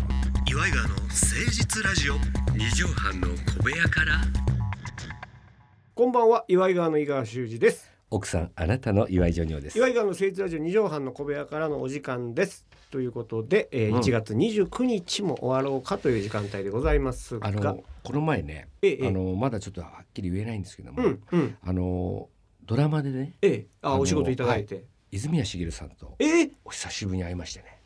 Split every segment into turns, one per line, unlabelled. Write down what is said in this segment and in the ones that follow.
イガーの誠実ラジオ
二畳半の小部屋から
こんばんは岩井川の井川修司です
奥さんあなたの岩井ジョニオです
岩井川の誠実ラジオ二畳半の小部屋からのお時間ですということで、えー
うん
1月29日も終わろうかという時間帯でございますが
あのこの前ね
ええええ
あのまだちょっとはっきり言えないんですけども、
うんうん
あのドラマでね
ええあ
あの
お仕事いただいて、
泉谷しげるさんと
ええ
お久しぶりに会いましてね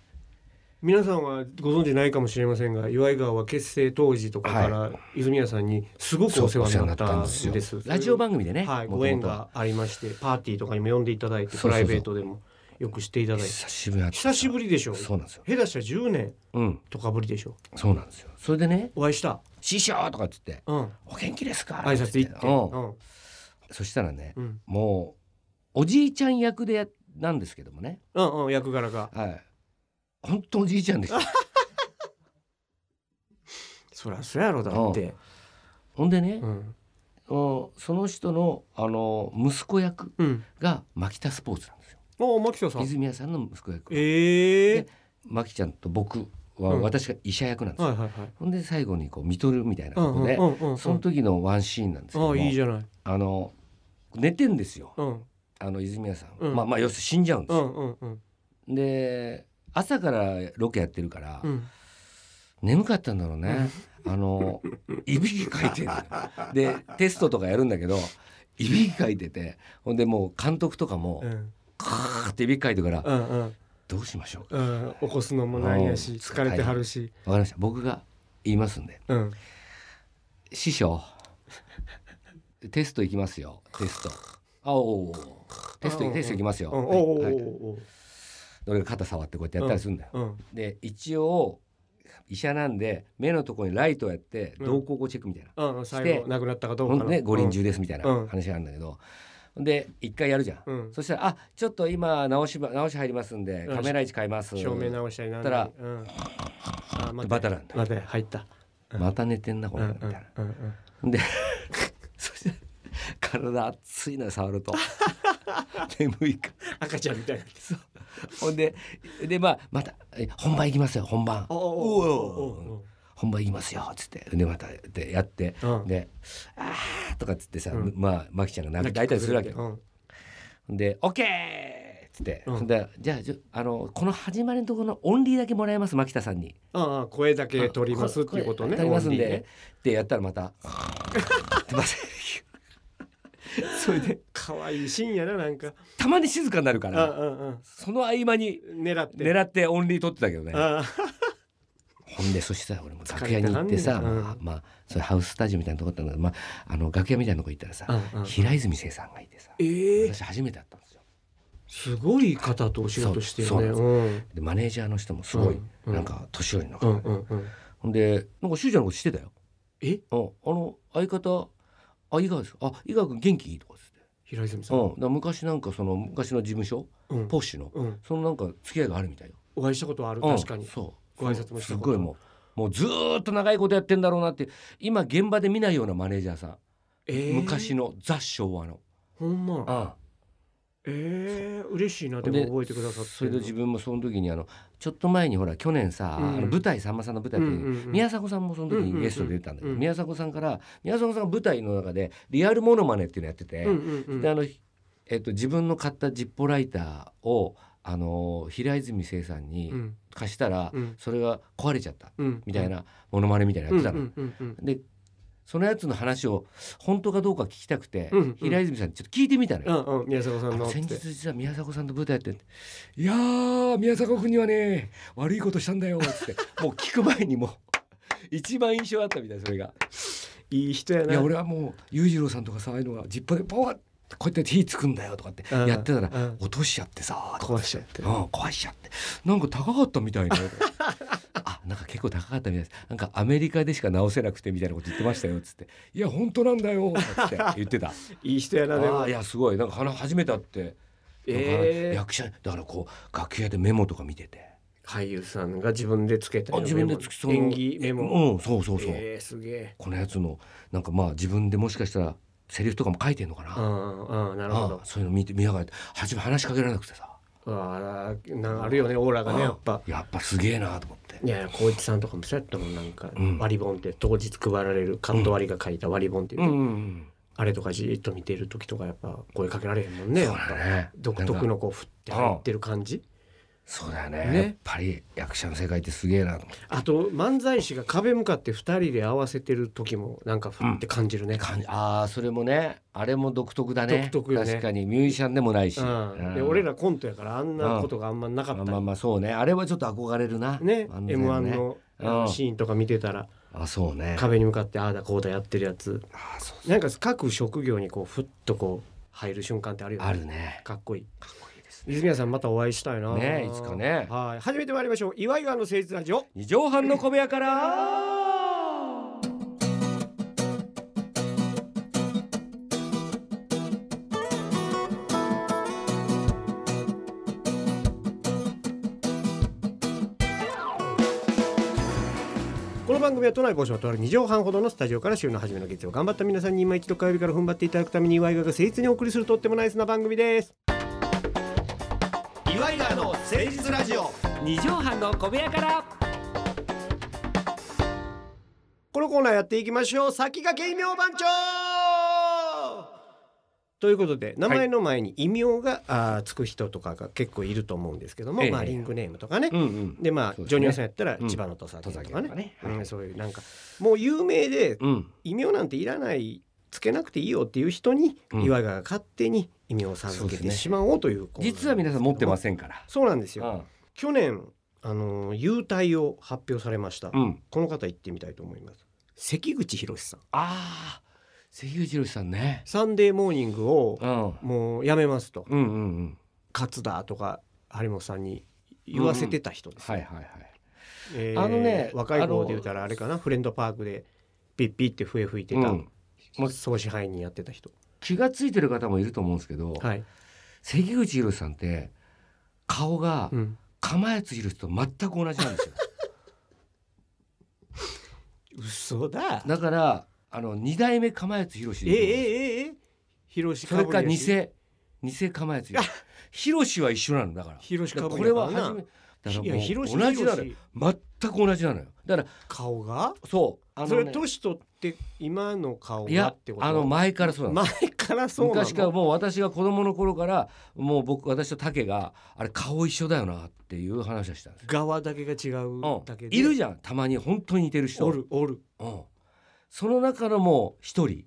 皆さんはご存知ないかもしれませんが岩井川は結成当時とかから、
は
泉谷さんにすごくお世話になったんです
そうお世話になったラジオ番組でね、
はい、
元々
ご縁がありましてパーティーとかにも呼んでいただいて
そうそうそう
プライベートでもよくしていただいて
久しぶりに会って
久しぶりでしょ
そうなんですよ
下手したら10年
うん
とかぶりでしょ
そうなんですよそれでね
お会いした
「師匠!」とかって言って
うん
「お元気ですか?」
挨拶行って
うん
うん
そしたらね
うん
もうおじいちゃん役でやなんですけどもね
うんうん役柄が
はい本当おじいちゃんでした
そりゃそうやろだって
ほんでね、
うん
おその人のあの息子役
うん
が牧田スポーツなんですよ
お牧田さん
泉谷さんの息子役
ええ
牧ちゃんと僕は、
うん
私が医者役なんですよ、
はいはいはい
ほんで最後にこう見とるみたいな
う
と
んう
こ
ん
で、
うんうん
その時のワンシーンなんですけど
あ
も
あいいじゃない
あの寝てんですよ
うん
あの泉谷さん、
うん
まあまあ要するに死んじゃうんで
う
すよ、
んうんうん
で朝からロケやってるから、
うん
眠かったんだろうね、あ のいびきかいてるでテストとかやるんだけどいびきかいててほんでもう監督とかも、
うん
カーって指かいてから、
うんうん
どうしましょうか。
うん起こすのもなんやし
うん
疲れてはるし
わかりました。僕が言いますんで。
うん
師匠。テストいきますよ。テスト。あおうおうおうテス
うん
ト、
うん
テストいきますよ。
うんお
はい
おうおう
はい
おう
俺が肩触ってこうやってやったりするんだよ。
おう
で、一応。医者なんで、目のところにライトをやって、
うん
瞳孔をチェックみたいな。
うんうん
し
最
て
後亡くなったかどう
ほ
か
ん
の
でね、五輪中ですみたいな
うん
話があるんだけど。で、一回やるじゃん。
うん
そしたら、あ、ちょっと今直しば、直し入りますんで、
うん
カメラ位置変えます。
照明直したりなん
たら
だりうんあ待て
バタなんだ
待て入った
また寝てんな、こ
うんう
れ、
ん
みたいな。
うんうん
で そして体熱いのよ触 ると眠いか
赤ちゃんみたいな
らほんででまあまたえ本番行きますよ本番
お
お
お
うおう本番行きますよつってでまたでやって、
うん
で「あー」とかっつってさ、
うん
まあマキちゃんが泣き抱いたりするわけ
う
よ。
ん
で「オッケー!」っつって、
うん
ほんでじゃあじゅあのこの始まりのところのオンリーだけもらえます牧田さんに。
ああ声だけ取りますっていうことね
取りますん
オンリーね
で。ってやったらま た。ってまたそれで
可愛いシーンやななんか
たまに静かになるか
う
ら
んうん
その合間に
うん狙って
狙ってオンリー取ってたけどね
あ
ほんでそしたら俺も
疲
楽
れ
屋
て
に
は
行っ
ん
て
ねん
さ、
うん
まあまあそういうハウススタジオみたいなとこだったんだけど、まあ、あの楽屋みたいなとこ行ったらさ、
あうんうん
平泉成さんがいてさ
ええ
私初めて会ったんですよ
すごい方とお仕事してるね
そうそう
うん
でマネージャーの人もすごい、
うんうん
なんか年寄りの
う
方
ん
で、
うんうん
ほんでなんかしゅうちゃんのことしてたよ
え
うんあの相方あ井川ですあ井川君元気とかっつって、
平泉さ
うん
ん、
だから昔なんかその昔の事務所
うん
ポッシュの
うん
そのなんか付き合いがあるみたいよ
お会いしたことある
うん
確かに
そう
ご挨拶もした
す
こと
ごいもうもうずーっと長いことやってんだろうなって今現場で見ないようなマネージャーさん、
ええ
昔のザ昭和の、
ほんま
あ
ええ嬉しいな
あ
でも覚えてくださって
それで自分もその時にあのちょっと前にほら去年さ、
うん
あの舞台さんまさんの舞台で、
うんうんうん
宮迫さんもその時にゲストで出たんだけど、
うんうんうん
宮迫さんから宮迫さんが舞台の中でリアルモノマネっていうのやってて、
うんうんうん
であの、えっと、自分の買ったジッポーライターをあの平泉成さんに
うん
貸したら、
うん
それが壊れちゃった
うん
みたいなモノマネみたいなの
う
や
ん
っ
う
てたの。
んうんうん
でそのやつの話を本当かどうか聞きたくて、
うんうん
平泉さんにちょっと聞いてみたの
う
よ。
んうん宮迫さ
あ
んの
の
っ
先
て
日実は宮迫さんと舞台やってて「いやー宮迫君にはね悪いことしたんだよ」っつって もう聞く前にもう一番印象あったみたいそれが「
いい人や
い
な
や俺はもう裕次郎さんとかさああいうのがジッパーでパワーってこうやって火つくんだよ」とかって
うん
やってたら
うん
落としちゃってさとか
壊しちゃって
うん、壊しちゃってなんか高かったみたいなあなんか結構高かったみたいですなんかアメリカでしか直せなくてみたいなこと言ってましたよっつって「いや本当なんだよ」って言ってたあ
いい人やなでも
ーいやすごい なんか花初めて会って、
ええ
なんか役者だからこう楽屋でメモとか見てて
俳優さんが自分でつけた
あ自分でつきそう
演技メモ、
うんそうそうそう、
えー、すげえ
このやつのなんかまあ自分でもしかしたらセリフとかも書いてんのかな、
う
あ
んうんうんなるほど
ーそういうの見て見やがって初め話しかけられなくてさ
ああなんかあるよねオーラがねやっぱ
やっぱすげえなと思って
いや光一さんとかもそうやったもんなんか、
うん
割り本って当日配られるカット割りが書いた割り本っていう、
うんうん
あれとかじーっと見てる時とかやっぱ声かけられへんもん
うん
ね
そ
や
う
っぱ
だね
独特
なんか
のこう振って入ってる感じ
そうだよね
ね
やっぱり役者の世界ってすげえなと思って
あと漫才師が壁向かって二人で合わせてる時もなんか振って感じるね、
感じああそれもねあれも独特だね
独特よね
確かにミュージシャンでもないし、
うん、で
うん
俺らコントやからあんなことがあんまなかっ
まあ
たり
まあまあそうねあれはちょっと憧れるな
ね
漫才
m 1のあ
う
の
ん
シーンとか見てたら
あそうね
壁に向かってああだこうだやってるやつ
あそうそう
なんか各職業にこうふっとこう入る瞬間ってあるよね
あるね
かっこいい
かっこいいですね
泉谷さんまたお会いしたいな
ねえいつかね
はい初めて参りましょう岩井川の誠実ラジオ
二畳半の小部屋から
この番組は都内某所とある2畳半ほどのスタジオから週の初めの月曜頑張った皆さんに今一度火曜日から踏ん張っていただくために岩井川が誠実にお送りするとってもナイスな番組です岩井川の誠実ラジオ
二畳半の小部屋から
このコーナーやっていきましょう先駆け異名番長ということで名前の前に異名が、あーつく人とかが結構いると思うんですけども、
ええ
まあ、リングネームとかね、
うんうん
でまあ
そうですね
ジョニオさんやったら
うん
千葉の土佐犬とか
土佐犬とか
ね
ね、
う
はい
ん、そういうなんかもう有名で
うん
異名なんていらないつけなくていいよっていう人に、
うん
岩川が勝手に異名を授け
そうです
て
ね
しまおうというコーナー
実は皆さん持ってま
ん
せんから
そうなんです
う
よ、去年あのー優待を発表されました、
んうん
この方行ってみたいと思います関口博さん
ああ関口宏さんね
サンデーモーニングを
うんうん
もうやめますと
うんうん
勝田とか張本さんに言わせてた人です、
はいはいはい
え
あのね
若い方で言うたらあれかなフレンドパークでピッピって笛吹いて
う
た、
んま
総支配人やってた人
気がついてる方もいると思うんですけど、
はい、
関口宏さんって顔が
うん、
釜谷宏と全く同じなんですよ
嘘だ
だからあの二代目釜谷宏
ええ
でいいと思うんですよ
えええ広
それか偽偽釜やつ
あ
ヒロシは一緒なのだから
広
だ
か
から
ぶ
こ
り
れ
やか
は
らな
初めだから
いや
もう
広
同じなのよ
広
全く同じなのよだから
顔が
そうあ
そ
の
れ
ね
年取って今の顔
い
が
や
ってこと
あの前からそうなの
前からそうなの
昔からもう私が子供の頃からもう僕私と竹があれ顔一緒だよなっていう話をしたんですよ、
側だけが違う
う
だけ
ん、
で、
いるじゃんたまに本当に似てる人
おるおる
うん、その中のもう一人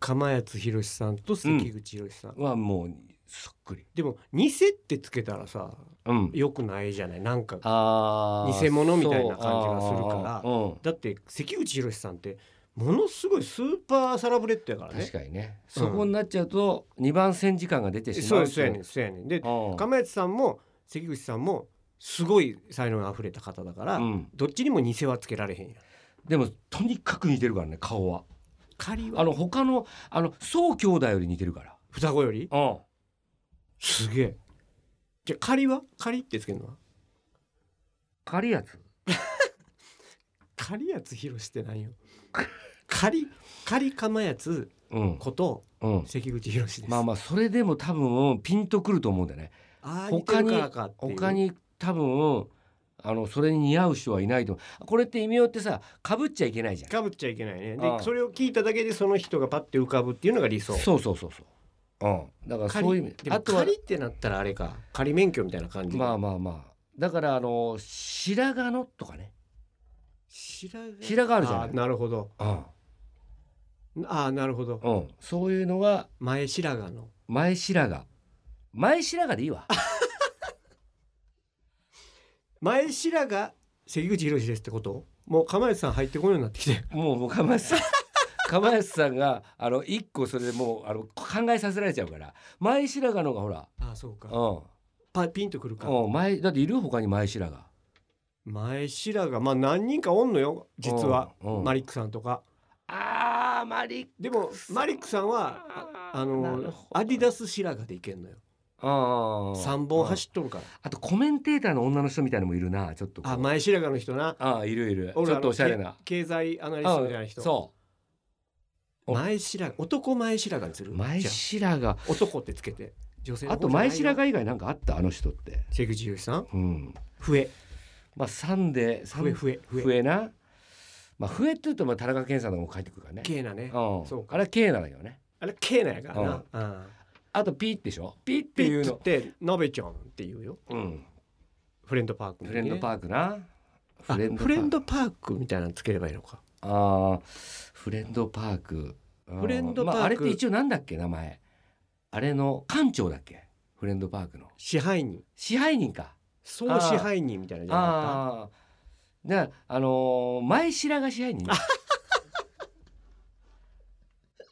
釜谷博さんと関口博さん、
はもうそっくり
でも偽ってつけたらさ
うん
よくないじゃないなんか
あー
偽物みたいな感じがするから
そうあーうん
だって関口博さんってものすごいスーパーサラブレッドやからね
確かにね、
うん
そこになっちゃうと2番線時間が出てし
そ
ま
う
う
ですそうやねんそうやねんで
うん
釜谷さんも関口さんもすごい才能にあふれた方だから、
うん
どっちにも偽はつけられへんやん
でもとにかく似てるからね顔は
仮
あ
は
の他のあの宋兄弟より似てるから
双子より
うん
すげえじゃあ仮は仮ってつけるのは
狩りやつ
仮やつ広して ないよ仮仮釜やつ
うん
こと
うん
関口博です、
まあまあそれでも多分ピンとくると思うんだよね
あー似て
他
る
に
からかっていう
他に多分あのそれに似合う人はいないと思うこれって異名ってさかぶっちゃいけないじゃん
かぶっちゃいけないね
あ
で
あ
それを聞いただけでその人がパッて浮かぶっていうのが理想
そうそうそうそううんだからそういう意味
でも
あとは
仮ってなったらあれか仮免許みたいな感じ
まあまあまあだからあの白髪のとかね
白
白髪あるじゃない
なるほど
うん
ああなるほど
うん、そういうのは
前白髪の
前白髪前白髪でいいわ
前白髪関口宏ですってこともう釜石さん入ってこないようになってきて
もうもう釜石さん 釜石さんがあの一個それでもうあの考えさせられちゃうから前白髪のがほら
ああそうか
う
パピンとくるか
ん、うん、前だっている他に前白髪
前白髪まあ何人かおんのよ実は
うんうん
マリックさんとか
あーマリ
でもマリックさんはああのアディ
ス
ダス白髪でいけんのよ三本走っとるから
あとコメンテーターの女の人みたいのもいるなちょっとこう
あ前白髪の人な
あーいるいるち
俺
ょっとおしゃれな
け経済アナリス
あ
トみたいな人
そお
前白髪男前白髪にす
う
る
前
じゃ
白髪
あ男ってつけて女性の
あ
方
と
じゃな
前
いよ
白髪以外なんかあったあの人って
関口宏さん
うん
笛
まあ三で三
笛笛笛
笛なまあ笛って言うとまあ田中健さんのも帰ってくるからね
けなね
うん
そうか
あれは K なんだけどね
あれけなやからなうん
あとピーでしょピーっ
ピ
てい
ッ
う
つっ
の
て鍋ちゃんっていうよ
うん
フレンドパークの
フ
時
レ
ね
ンドパークな
あフレン
ド
ドパークみたいなのつければいいのか
パークあーフレンドパークうん
フレンドパーク
まああれって一応なんだっけ名前あれの館長だっけフレンドパークの
支配人
支配人か
総支配人みたいなのじゃなかっ
ああー。だからあのー前白が支配 人。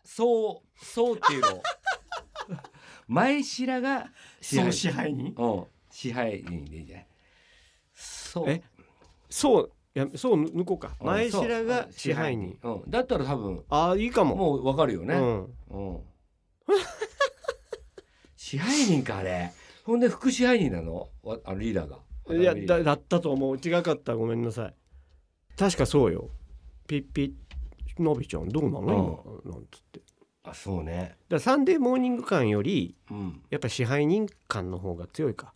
そうそうっていうの。 前白が
た
支配
総
人。
支配人
うん支配人でいいんじゃない。そう。
えそういやそうぬこうか
うん
前白が
そう
支配人。
うん。だったら多分
ああいいかも
もうわかるよ
う
ね。
ん
うん。 支配人かあれ。ほんで副支配人なの？わあのリーダーが。
いやだだったと思う違かったごめんなさい確かそうよピッピッのびちゃんどうなの今なんつってだか
あそうね。
らサンデーモーニング感より
うん。
やっぱ支配人感の方が強いか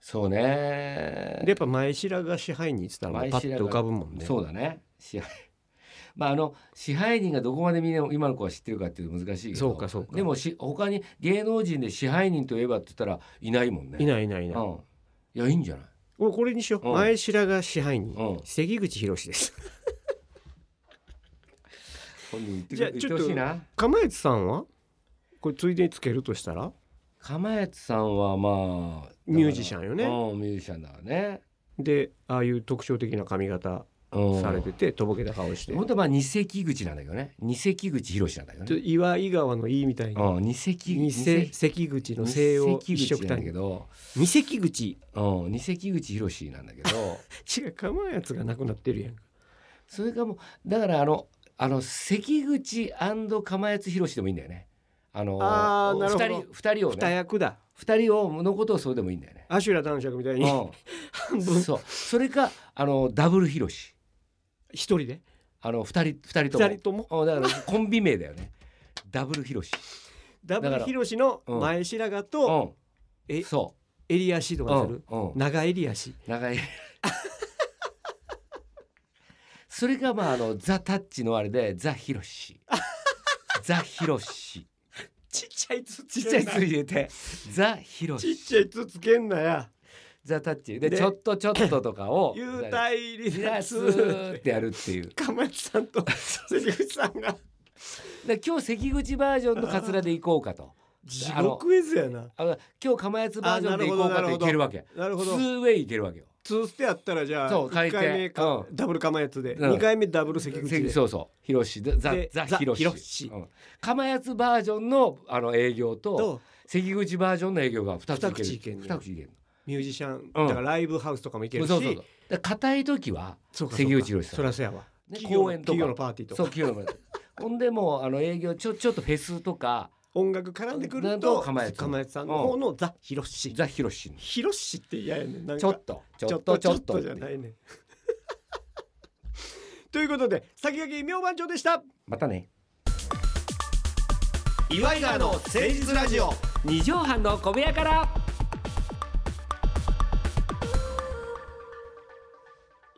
そうね。
でやっぱ前白が支配人っつったらもうパッと浮かぶもんね
そうだね支配 まああの支配人がどこまでみんな今の子は知ってるかっていうの難しいけど
そうかそうか
でもし他に芸能人で支配人といえばって言ったらいないもんね
い
い
ないいないいない
うん、いやいいんじゃない
もうこれにしよう、
うん
前白が支配人、
うん
関口宏です
本人言って
じゃあ
言っ
ち
て
ょっ
ほ
と
しいな
釜越さんはこれついでにつけるとしたら
釜谷さんはまあ
ミュージシャ
ン
ンよね
うんミュージシャンだからね
でああいう特徴的な髪型
うん
されててとぼけた顔して
本当はまあ二関口なんだけどね二関口博士なんだけど
ちょ
ね
岩井川の井みたいに
うん二関
偽関口の西洋
二関口
一色
なん
単
だけ
位
ど
偽関口
うん二関口博士なんだけど
違う釜越がなくなってるやん
それかもうだからあのあの関口釜谷博士でもいいんだよね。あの
あーなるほど
二人二人を
二
ね
役だ
二人をのことをそれでもいいんだよね。
アシュラ男爵みたいに
う
半
ん、
分
そうそれかあのダブル博士
一人で
あの二人二人とも
二人とも
うんだからコンビ名だよね。ダブル博士。
ダブ
だか
ル
ら
ヒロシの
うん
前白髪
う
と
ん。
え
そ
襟足と
う。う
かす
ん
る。
うん。
長襟足
長い。それかまああのザタッチのあれでザ博士。ザ博士。
ちっちゃいつ
ちっちゃいつ入れてザ博士。
ちっちゃいつつけんなや。
ザタッチで
で
ちょっとちょっととか を
幽体離
リラス
脱
ーってやるっていう
かまちさん と関口さんが
で今日関口バージョンのカツラでいこうかと
地獄絵図やな。
あの今日釜やつバージョンでいこう
あな
か
る
と
ほど
いけるわけ
なる
ツ
ほど。
ーウェイいけるわけよ
ツーステやったらじゃあ
そう
一回
変えて
目か
う
ダブルかまやつで、
うん
二回目ダブル関口で。
そうそう広しでザ
で
ザ
ザ
広
広
し
し
うん釜やつバージョンのあの営業と
と
関口バージョンの営業が二ついける
二口いけんね
二口いける
ミュージシャン、
うん
だからライブハウスとかも行け
そう
るし。
そうそうだから硬い時は
そうか
関口宏さん
そらそやわ。
ね
企業
公
の
演とか
企業のパーティーと
そう
か
清野までほんでもうあの営業ちょちょっとフェスとか
音楽絡んでく
な
る
んと
と
かまやつ
かまやつさんの方のザ広 し。
ザ広し
広しって嫌やねんなんか。
ちょっとち
ち
ょ
ょ
っ
っ
と
と
ち
ち
ょ
ょ
っ
っ
と
とじゃないね。 ということで先駆け異名番長でした
またね
岩井川の誠実ラジオ
二畳半の小部屋から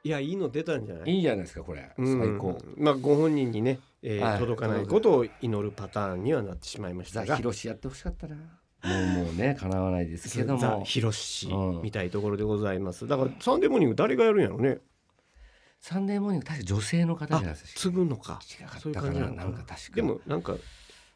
いやいいの出たんじゃない
いいじゃないですかこれ最
うん
高
まあご本人にね、えー
はい
届かないことを祈るパターンにはなってしまいまし
ザ
たが
広しやってほしかったなもうもうね叶わないですけど
ザ・
も
ヒロシ
うん
みたいところでございますだからサンデーモーニング誰がやるんやろね
サンデーモーニング確か女性の方じゃないです
継ぐのか
違か
そう
っ
い
た
う
か
感じ
な
な
なん
の
か
か
確か
でもなんか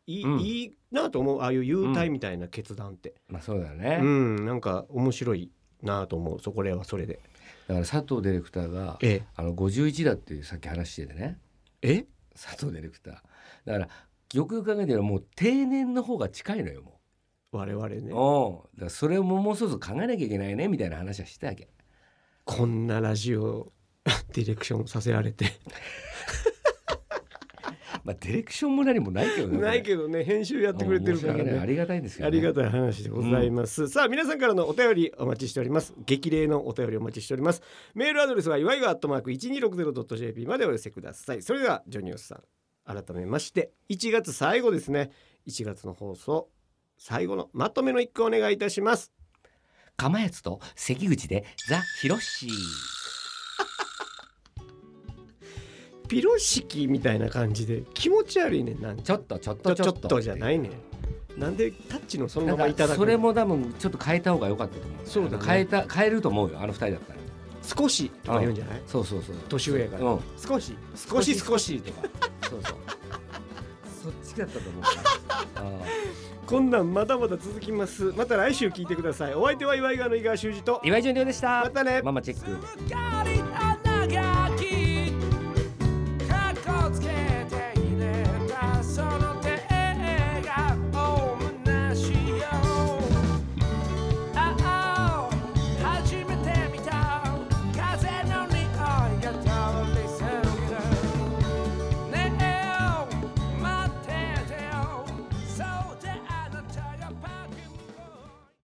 いい,、
うん
いいなと思うああいう幽体みたいな決断って、
まあそうだよ
う
ね
んなんか面白いなと思うそこらはそれで
だから佐藤ディレクターが
え
あの51だっていうさっき話しててね
え
佐藤ディレクターだからよくよく考えてるもう定年の方が近いのよもう
我々ね
おだからそれをもうそろそろ考えなきゃいけないねみたいな話はしてたわけ
こんなラジオディレクションさせられて
まあディレクションも何もないけどね
ないけどね編集や
や
ってくれてるから
あ
ね
りがたいんですけど、
あ
ね、
りがたい話でございます、さあ皆さんからのお便りお待ちしております激励のお便りお待ちしておりますメールアドレスは祝いがアットマーク 1260.jp までお寄せくださいそれではジョニオスさん改めまして1月最後ですね1月の放送最後のまとめの一句お願いいたします
釜谷と関口でザ・ヒロシ
ピロシキみたいな感じで気持ち悪いねんなんか
ちょっとちょっ
ち
と
ょちょっとじゃないいねんなんでタッチのその
な
ま
ん
まいた
か
だく
それも多分ちょっと変えた方が良かったと思う
そうだね
変えた変えると思うよあの二人だったら
少しとか言うんじゃない
そうそうそう
年上やから
うん
少し少し少し
とかそうそうそっちだったと思う あ
こんなんまだまだ続きますまた来週聞いてくださいお相手は岩井川の井川修司と
ー岩井純良でした
またね
ママチェック
God.